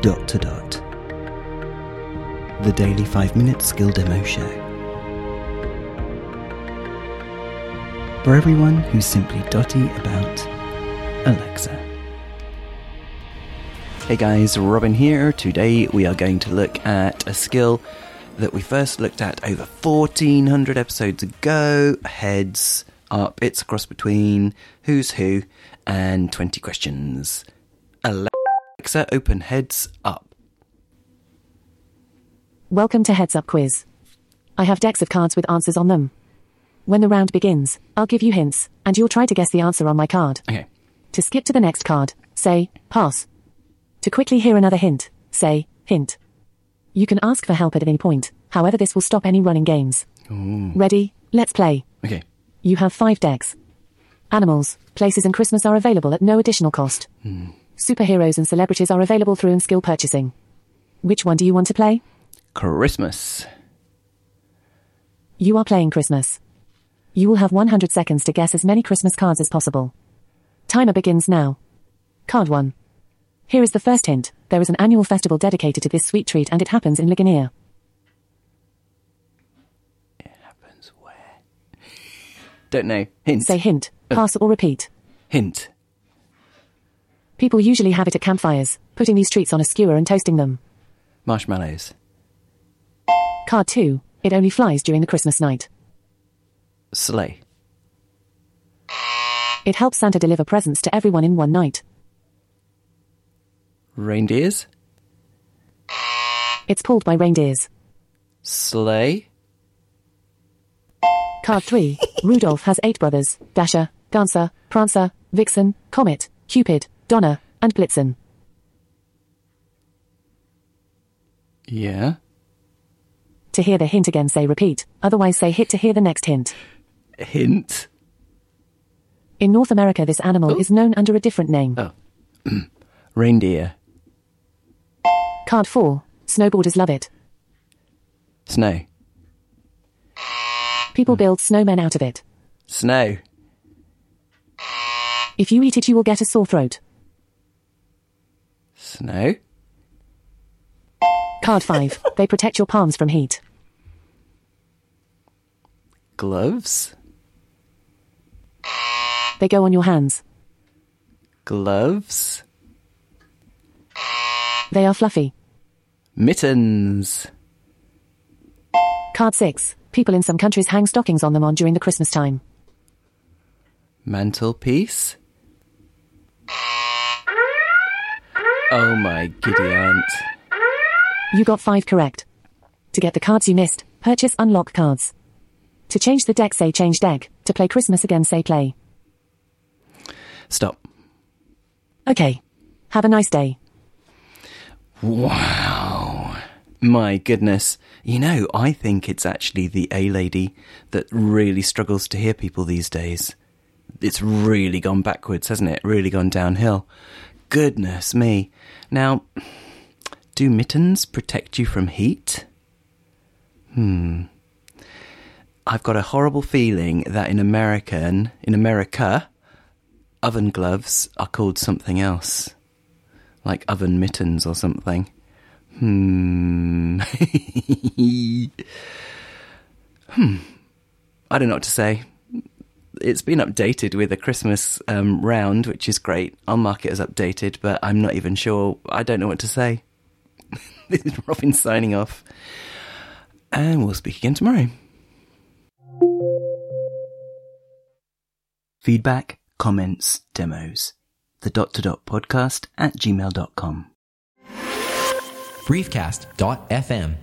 dot to dot. The Daily 5 Minute Skill Demo Show. For everyone who's simply dotty about Alexa. Hey guys, Robin here. Today we are going to look at a skill that we first looked at over 1400 episodes ago heads up. It's a cross between Who's Who and 20 Questions. Alexa, open Heads Up. Welcome to Heads Up Quiz. I have decks of cards with answers on them. When the round begins, I'll give you hints, and you'll try to guess the answer on my card. Okay. To skip to the next card, say, pass. To quickly hear another hint, say, hint. You can ask for help at any point, however, this will stop any running games. Ready? Let's play. Okay. You have five decks. Animals, places, and Christmas are available at no additional cost. Superheroes and celebrities are available through and skill purchasing. Which one do you want to play? Christmas. You are playing Christmas. You will have 100 seconds to guess as many Christmas cards as possible. Timer begins now. Card 1. Here is the first hint. There is an annual festival dedicated to this sweet treat and it happens in Ligonier. Happens where? Don't know. Hint. Say hint, pass or repeat. Hint. People usually have it at campfires, putting these treats on a skewer and toasting them. Marshmallows. Card 2. It only flies during the Christmas night. Sleigh. It helps Santa deliver presents to everyone in one night. Reindeers. It's pulled by reindeers. Sleigh. Card 3. Rudolph has eight brothers Dasher, Dancer, Prancer, Vixen, Comet, Cupid, Donner, and Blitzen. Yeah. To hear the hint again, say repeat, otherwise, say hit to hear the next hint. Hint. In North America, this animal is known under a different name. Reindeer. Card 4. Snowboarders love it. Snow. People build snowmen out of it. Snow. If you eat it, you will get a sore throat. Snow. Card 5. they protect your palms from heat. Gloves. They go on your hands. Gloves. They are fluffy. Mittens. Card 6. People in some countries hang stockings on them on during the Christmas time. Mantelpiece. Oh my giddy aunt. You got five correct. To get the cards you missed, purchase unlock cards. To change the deck, say change deck. To play Christmas again, say play. Stop. Okay. Have a nice day. Wow. My goodness. You know, I think it's actually the A lady that really struggles to hear people these days. It's really gone backwards, hasn't it? Really gone downhill. Goodness me. Now, do mittens protect you from heat? Hmm. I've got a horrible feeling that in American, in America, oven gloves are called something else like oven mittens or something. Hmm. hmm. I don't know what to say. It's been updated with a Christmas um, round, which is great. I'll mark it as updated, but I'm not even sure. I don't know what to say. this is Robin signing off. And we'll speak again tomorrow. Feedback, comments, demos. The dot to dot podcast at gmail.com. briefcast.fm